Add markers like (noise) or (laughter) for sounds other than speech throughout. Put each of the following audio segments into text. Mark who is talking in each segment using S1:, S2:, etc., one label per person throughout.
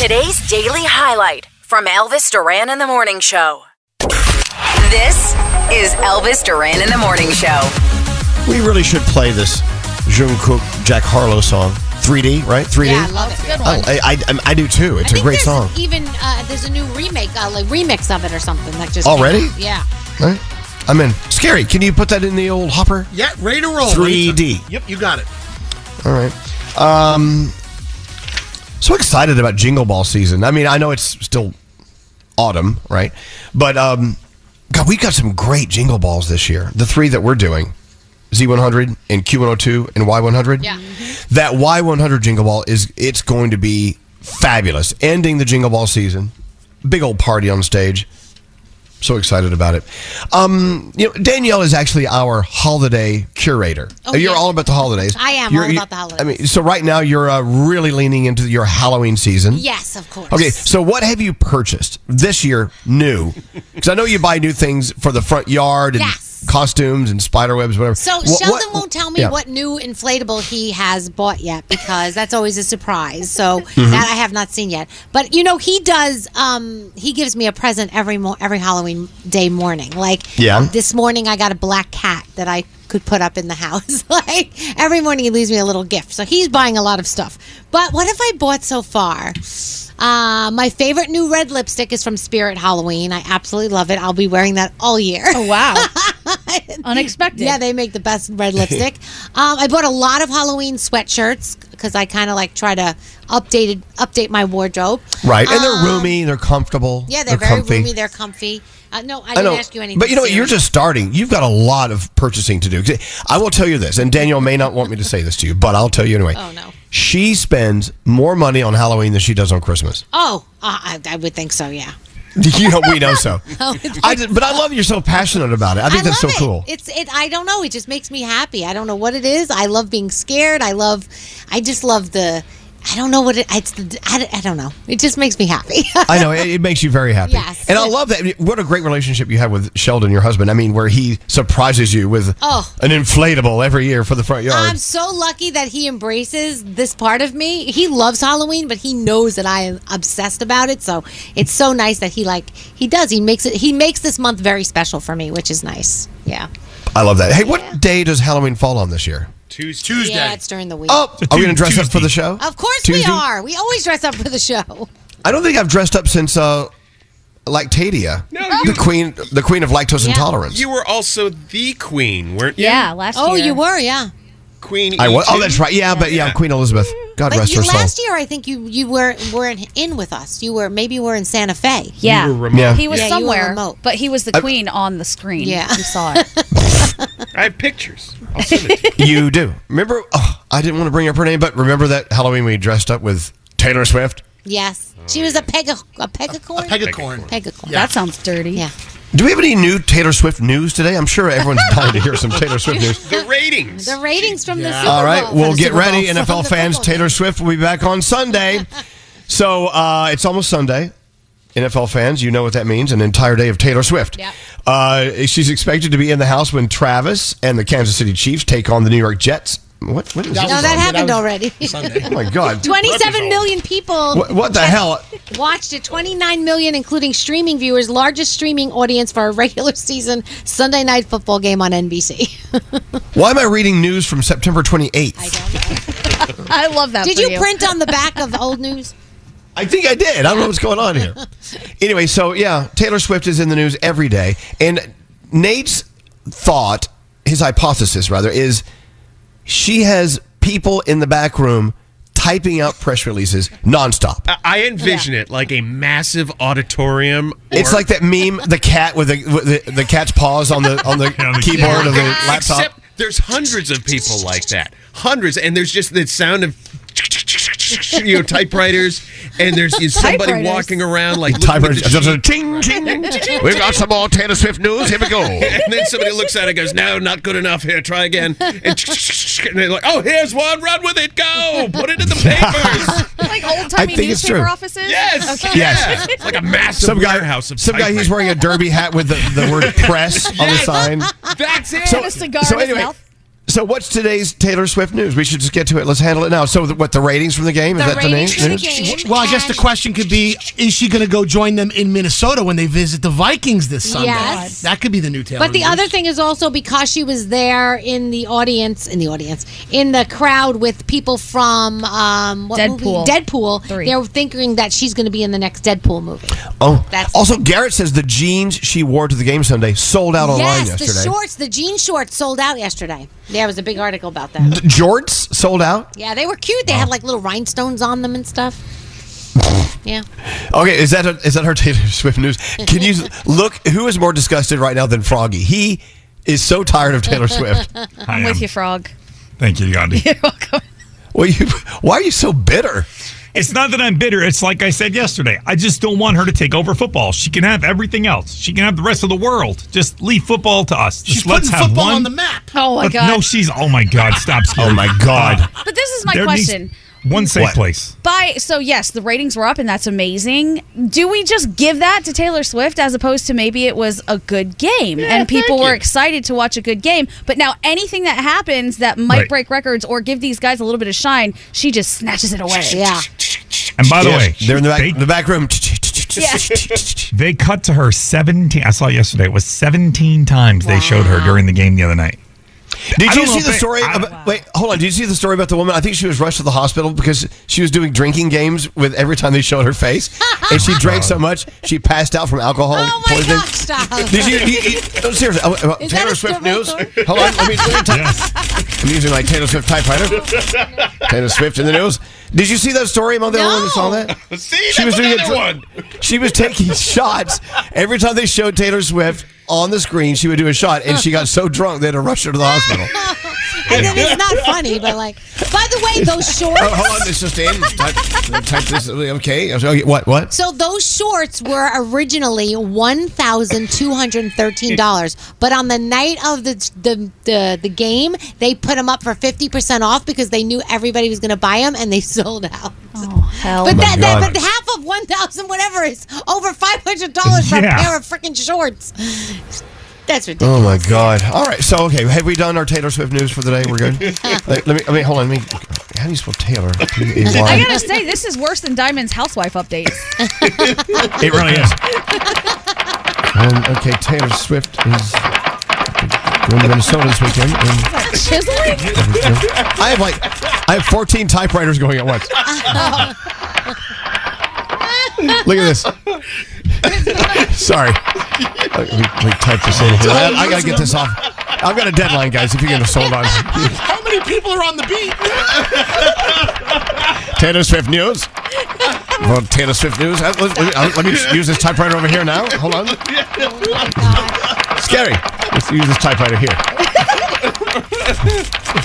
S1: Today's daily highlight from Elvis Duran in the Morning Show. This is Elvis Duran in the Morning Show.
S2: We really should play this Jungkook Jack Harlow song. 3D, right? 3D.
S3: Yeah, I love it. Good one.
S2: I, I, I- I do too.
S3: I
S2: It's a
S3: think
S2: great
S3: there's
S2: song.
S3: Even uh, there's a new remake, uh, like remix of it or something that just
S2: Already?
S3: came out. Yeah.
S2: All right. I'm in. Scary. Can you put that in the old hopper?
S4: Yeah, ready to roll.
S2: 3D.
S4: Yep, you got it.
S2: All right. Um, so excited about Jingle Ball season. I mean, I know it's still autumn, right? But um, God, we got some great Jingle Balls this year. The three that we're doing. Z100 and Q102 and Y100.
S3: Yeah.
S2: Mm-hmm. That Y100 Jingle Ball is it's going to be fabulous. Ending the Jingle Ball season. Big old party on stage. So excited about it. Um, you know, Danielle is actually our holiday curator.
S3: Oh,
S2: You're
S3: yeah.
S2: all about the holidays.
S3: I am
S2: You're-
S3: all
S2: you-
S3: about the holidays.
S2: I mean, so right now you're uh, really leaning into your Halloween season.
S3: Yes, of course.
S2: Okay, so what have you purchased this year new? (laughs) Because I know you buy new things for the front yard and
S3: Yes.
S2: costumes and spider webs, whatever.
S3: So
S2: What-
S3: Sheldon
S2: what-
S3: won't tell me
S2: yeah.
S3: what new inflatable he has bought yet because that's always a surprise.
S2: (laughs)
S3: So
S2: Mm-hmm.
S3: that I have not seen yet. But you know, he does. Um, he gives me a present every mo- every Halloween day morning. Like um,
S2: Yeah.
S3: this morning I got a black cat that I could put up in the house. (laughs) like every morning he leaves me a little gift. So he's buying a lot of stuff. But what have I bought so far? Uh, my favorite new red lipstick is from Spirit Halloween. I absolutely love it. I'll be wearing that all year. (laughs)
S5: Wow. Unexpected.
S3: Yeah, they make the best red
S2: (laughs)
S3: lipstick. um, I bought a lot of Halloween sweatshirts because I kind of like try to updated update my wardrobe.
S2: Right, and they're
S3: Um,
S2: roomy, they're comfortable.
S3: Yeah, they're, very
S2: comfy.
S3: roomy. They're comfy. Uh, no, I
S2: I
S3: didn't
S2: know,
S3: ask you anything.
S2: but you know what? You're
S3: serious.
S2: just starting. You've got a lot of purchasing to do. I will tell you this, and Danielle may not want me to say this to you, but I'll tell you anyway.
S3: Oh, no.
S2: She spends more money on Halloween than she does on Christmas.
S3: Oh, uh, I, I would think so. Yeah.
S2: (laughs) you know, we know
S3: (laughs)
S2: so.
S3: I would think
S2: I did- but I love you're so passionate about it. I think that's so
S3: love it.
S2: cool.
S3: It's it. I don't know. It just makes me happy. I don't know what it is. I love being scared. I love. I just love the I don't know what it. It's the. I, I don't know. It just makes me happy. (laughs)
S2: I know it, it makes you very happy.
S3: Yes.
S2: And I love that. What a great relationship you have with Sheldon, your husband. I mean, where he surprises you with
S3: Oh.
S2: an inflatable every year for the front yard.
S3: I'm so lucky that he embraces this part of me. He loves Halloween, but he knows that I am obsessed about it. So it's so nice that he like he does. He makes it. He makes this month very special for me, which is nice. Yeah.
S2: I love that. Hey, what day does Halloween fall on this year?
S4: Tuesday.
S3: Yeah, it's during the week.
S2: Oh, are we going to dress up for the show?
S3: Of course
S2: Tuesday?
S3: we are. We always dress up for the show.
S2: I don't think I've dressed up since uh, Lactadia,
S3: Oh.
S2: the queen, the queen of lactose intolerance.
S4: You were also the queen, weren't you?
S5: Yeah, last
S3: Oh,
S5: year.
S3: you were, yeah.
S4: Queen. E
S2: I was.
S4: E2?
S2: Oh, that's right. Yeah, but yeah,
S4: Yeah.
S2: Queen Elizabeth. God
S3: But
S2: rest
S3: you,
S2: her soul.
S3: last year, I think you you were weren't in with us. You were maybe you were in Santa Fe.
S5: Yeah.
S4: You were remote.
S2: Yeah.
S5: He was
S3: Yeah, you were
S5: somewhere,
S3: remote.
S5: but he was the queen on the screen.
S3: Yeah.
S5: You saw it.
S4: I have pictures. I'll send (laughs) it to you.
S2: you do. Remember? Oh, I didn't want to bring up her name, but remember that Halloween we dressed up with Taylor Swift.
S3: Yes,
S2: Oh,
S3: she was a peg a pegacorn.
S6: Pegacorn.
S3: pegacorn.
S5: That sounds dirty.
S3: Yeah.
S2: Do we have any new Taylor Swift news today? I'm sure everyone's (laughs) dying to hear some Taylor Swift news.
S4: The ratings.
S3: The ratings from the
S6: Yeah.
S3: Super Bowl.
S2: All right,
S3: from
S2: well,
S3: the
S2: get
S3: Super Bowl,
S2: ready,
S3: from
S2: NFL
S3: the
S2: fans.
S3: Super Bowl.
S2: Taylor Swift will be back on Sunday. So uh, it's almost Sunday. NFL fans, you know what that means an entire day of Taylor Swift.
S5: Yep.
S2: Uh, she's expected to be in the house when Travis and the Kansas City Chiefs take on the New York Jets. What, what is
S6: That
S2: this?
S3: No,
S6: was
S3: that
S6: on-
S3: happened
S6: was
S3: already.
S6: (laughs)
S3: (laughs)
S6: Sunday.
S2: Oh, my God.
S3: 27 million people
S2: What, what the hell?
S3: watched it. 29 million, including streaming viewers, largest streaming audience for a regular (laughs) season Sunday night football game
S5: (laughs)
S3: on NBC.
S2: Why am I reading news from September 28th? I,
S5: I love that.
S3: Did
S5: for
S3: you print on the back of old news?
S2: think I did. I don't know what's going on here. anyway, so yeah, Taylor Swift is in the news every day. And Nate's thought, his hypothesis rather, is she has people in the back room typing out press releases nonstop.
S4: I- I envision it like a massive auditorium. or-
S2: It's like that meme, the cat with the with the, the cat's paws on the on (laughs) the keyboard of the laptop.
S4: Except there's hundreds of people like that. Hundreds. And there's just the sound of. You know, typewriters, and there's somebody
S5: Typewriters.
S4: walking around like looking at
S2: Typewriter-
S4: the sheet.
S2: Ching, ching. We've got some more Taylor Swift news. Here we go. (laughs)
S4: And then somebody looks at it and goes, No, not good enough. Here, try again. And, and they're like, Oh, here's one. Run with it. Go. Put it in the papers.
S5: (laughs) Like old timey
S2: I think it's
S5: newspaper
S2: true.
S5: offices?
S4: Yes.
S5: Okay.
S2: Yes.
S4: Yeah. It's like a massive
S2: some guy,
S4: warehouse of
S2: some guy, he's
S4: typewriters.
S2: wearing a derby hat with the, the
S4: (laughs)
S2: word press on the sign.
S4: That's it.
S5: And a cigar in his mouth.
S2: so what's today's Taylor Swift news? We should just get to it. Let's handle it now. So, the, what the ratings from the game? Is
S3: The
S2: that the name?
S3: ratings from the
S2: news?
S3: game.
S6: Well, I guess the
S3: and-
S6: question could be: Is she going to go join them in Minnesota when they visit the Vikings this Sunday?
S3: Yes.
S6: that could be the new Taylor.
S3: But the
S6: news.
S3: other thing is also because she was there in the audience, in the audience, in the crowd with people from um, what
S5: Deadpool.
S3: Movie? Deadpool.
S5: Three.
S3: They're thinking that she's going to be in the next Deadpool movie.
S2: Oh,
S3: That's-
S2: also Garrett says the jeans she wore to the game Sunday sold out online
S3: yes, the
S2: yesterday.
S3: shorts, the jean shorts sold out yesterday. There was a big article about that.
S2: Jorts sold out.
S3: Yeah, they were cute. They had like little rhinestones on them and
S2: (laughs)
S3: stuff. Yeah.
S2: Okay, is that a, is that her (laughs) Taylor Swift news? Can you
S3: (laughs)
S2: look who is more disgusted right now than Froggy? He is so tired of
S3: (laughs)
S2: Taylor Swift.
S5: I'm with you, Frog.
S7: Thank you, Gandhi.
S5: You're welcome.
S2: Well, you, why are you so bitter?
S7: it's not that I'm bitter. It's like I said yesterday. I just don't want her to take over football. She can have everything else. She can have the rest of the world. Just leave football to us.
S6: she's
S7: just let's
S6: putting
S7: have
S6: football
S7: one.
S6: on the map.
S5: Oh, my
S7: But
S5: God.
S7: No, she's. Oh my God! Stop.
S2: (laughs)
S7: Scary.
S2: Oh my God.
S5: but this is my
S7: There needs
S5: question.
S7: One safe
S2: What?
S7: place.
S5: By so yes, the ratings were up and that's amazing. Do we just give that to Taylor Swift as opposed to maybe it was a good game and people were excited to watch a good game, but now anything that happens that might
S7: Right.
S5: break records or give these guys a little bit of shine, she just snatches it away.
S3: Yeah.
S7: And by the
S2: Yes,
S7: way,
S2: they're in the back,
S7: they-
S2: the back room. (laughs)
S7: They cut to her 17. I saw it yesterday. It was 17 times they showed her during the game the other night.
S2: Did
S7: I
S2: you
S7: don't
S2: see
S7: know
S2: the
S7: if it-
S2: story?
S7: I-
S2: about, Wait, hold on. Did you see the story about the woman? I think she was rushed to the hospital because she was doing drinking games with every time they showed her face, and
S7: (laughs)
S2: she drank so much she passed out from alcohol
S3: Oh my
S2: poisoning.
S3: God! Stop.
S2: Did you? you, you no, seriously. oh, oh,
S3: Is that
S2: Taylor
S3: a
S2: Swift
S3: story?
S2: news. Hold on. Let me.
S7: (laughs)
S2: Let me type. I'm using my Taylor
S3: (laughs)
S2: Swift typewriter. Taylor Swift in the news. Did you see that story? Am I the only one that saw that?
S7: (laughs)
S4: See, that's
S2: a
S4: another
S2: dr- She was
S5: (laughs)
S2: taking shots every time they showed
S5: (laughs)
S2: Taylor Swift on the screen. She would do a shot, and she got so drunk they had to rush her to the hospital.
S3: I mean, it's not funny, but like. By the way, those shorts.
S2: Oh, (laughs) hold on, this just in. Type, type this. Okay. okay. What? What?
S3: So those shorts were originally one thousand two hundred thirteen dollars, but on the night of the the the, the game, they put them up for fifty percent off because they knew everybody was going to buy them, and they (laughs) sold out. Oh
S5: hell!
S3: But
S2: my
S3: that, that
S2: God.
S3: but half of one thousand whatever is over five hundred dollars for
S2: Yeah.
S3: a pair of freaking shorts. That's ridiculous.
S2: Oh my God! All right, so okay, have we done our Taylor Swift news for the day? We're good.
S5: (laughs)
S2: Let- let me. I mean, hold on. Let me. How do you spell Taylor? T-A-Y.
S5: I gotta say, this is worse than Diamond's housewife updates.
S2: It really is. um, okay, Taylor Swift is going to Minnesota this weekend. And I have like I have 14 typewriters going at once. Look at this. Sorry, Let me- let me type this in here. I, I gotta get this off. I've got a deadline, guys. If you're gonna hold on,
S6: How many people are on the beat?
S2: Taylor Swift news. Well, Taylor Swift news. Uh, Let, let me- uh, let me just use this typewriter over here now. Hold on. Scary. Let's use this typewriter here.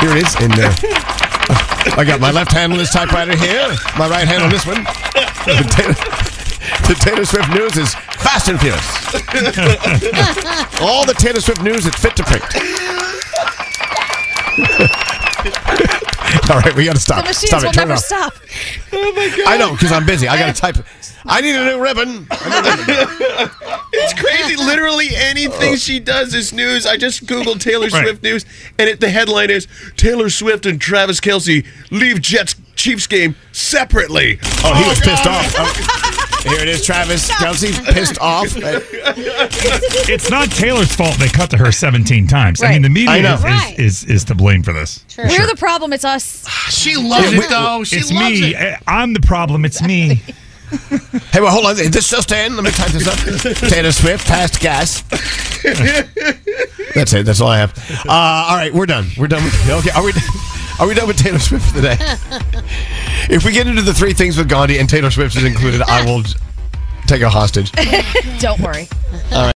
S2: Here it is. In there. I got my left hand on this typewriter here. My right hand on this one. The Taylor, the Taylor Swift news is fast and furious. All the Taylor Swift news is fit to print. (laughs) All right, we got to stop.
S5: The machines
S2: stop it.
S5: will
S2: Turn
S5: never
S2: it off.
S5: stop. (laughs)
S4: Oh my
S2: I know because I'm busy. I got to type. I need a
S5: (laughs)
S2: new ribbon.
S4: It's crazy. Literally anything she does is news. I just googled Taylor
S2: Right.
S4: Swift news, and it, the headline is Taylor Swift and Travis Kelsey leave Jets Chiefs game separately.
S2: Oh, he was pissed off. Oh. Here it is, Travis Kelsey pissed
S5: (laughs)
S2: off.
S7: It's not Taylor's fault they cut to her 17 times. I mean, the
S2: I know.
S7: media is,
S2: Right.
S7: is, is, is to blame for this.
S5: We're the problem. It's us.
S6: She
S7: Is it- it's me. I- I'm the problem.
S2: (laughs)
S7: It's me.
S2: Hey, well, hold on. This just in. Let me type this up. Taylor Swift passed gas. That's it. That's all I have. Uh, all right, we're done. We're done. With, okay, are we? (laughs) Are we done with Taylor Swift for the day? If we get into the three things
S6: (laughs)
S2: with Gandhi and Taylor Swift is included, I will take a hostage.
S5: Don't worry.
S2: All right.